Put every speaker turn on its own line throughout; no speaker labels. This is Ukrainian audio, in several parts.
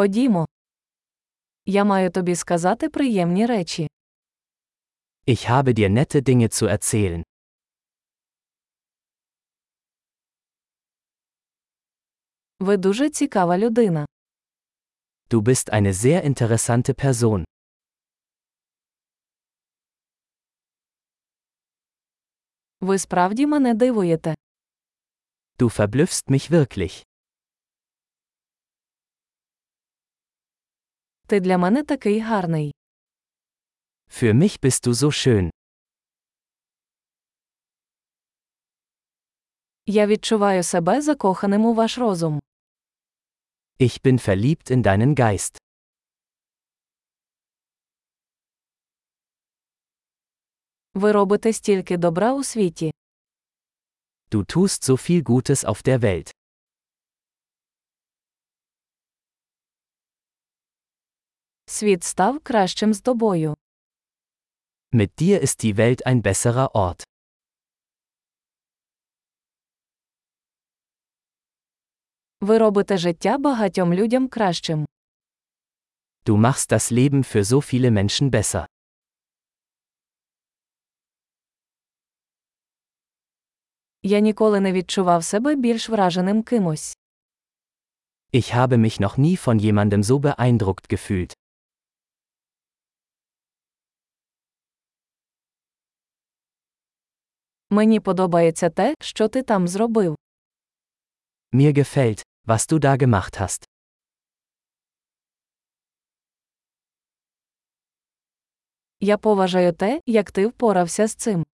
Ходімо. Я маю тобі сказати приємні речі.
Ich habe dir nette Dinge zu erzählen.
Ви дуже цікава людина.
Du bist eine sehr interessante Person.
Ви справді мене дивуєте.
Du verblüffst mich wirklich.
Ти для мене такий гарний.
Für mich bist du so schön.
Я відчуваю себе закоханим у ваш розум.
Ich bin verliebt in deinen Geist.
Ви робите стільки добра у світі.
Du tust so viel Gutes auf der Welt.
Світ став кращим з тобою.
Mit dir ist die Welt ein besserer Ort.
Ви робите життя багатьом людям кращим.
Du machst das Leben für so viele Menschen besser.
Я ніколи не відчував себе більш враженим кимось.
Ich habe mich noch nie von jemandem so beeindruckt gefühlt.
Мені подобається те, що ти там зробив.
Mir gefällt, was du da gemacht hast.
Я поважаю те, як ти впорався з цим.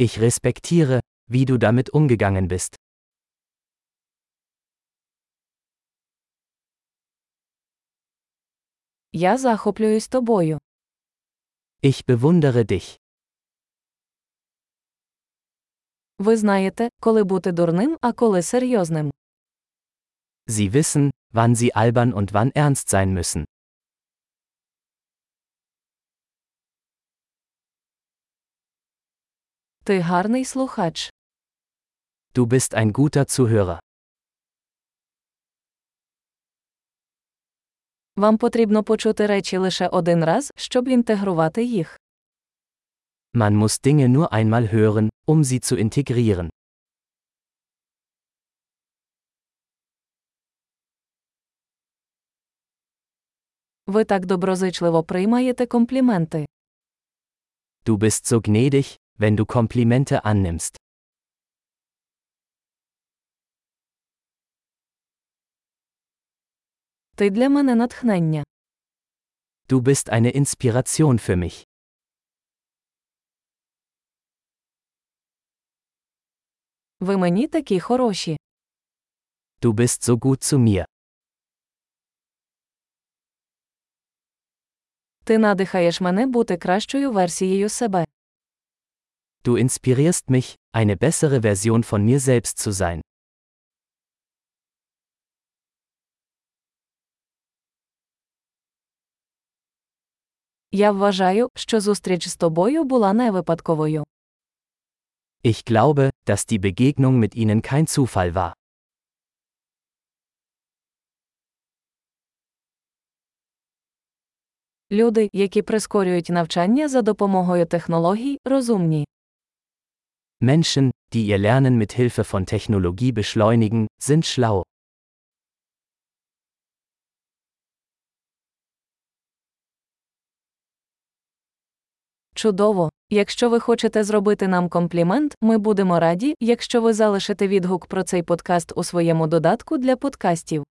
Ich respektiere, wie du damit umgegangen bist.
Я захоплююсь тобою.
Ich bewundere dich.
Ви знаєте, коли бути дурним, а коли серйозним.
Sie wissen, wann sie albern und wann ernst sein müssen.
Ти гарний слухач.
Du bist ein guter Zuhörer.
Вам потрібно почути речі лише один раз, щоб інтегрувати їх.
Man muss Dinge nur einmal hören, um sie zu integrieren.
Ви так доброзичливо приймаєте компліменти.
Du bist so gnädig, wenn du Komplimente annimmst.
Ти для мене натхнення.
Du bist eine Inspiration für mich.
Ви мені такі хороші.
Du bist so gut zu mir.
Ти надихаєш мене бути кращою версією себе.
Du inspirierst mich, eine bessere Version von mir selbst zu sein.
Я вважаю, що зустріч з тобою була не випадковою.
Ich glaube, dass die Begegnung mit ihnen kein Zufall war.
Люди, які прискорюють навчання за допомогою технологій, розумні.
Menschen, die ihr Lernen mit Hilfe von Technologie beschleunigen, sind schlau.
Чудово! Якщо ви хочете зробити нам комплімент, ми будемо раді, якщо ви залишите відгук про цей подкаст у своєму додатку для подкастів.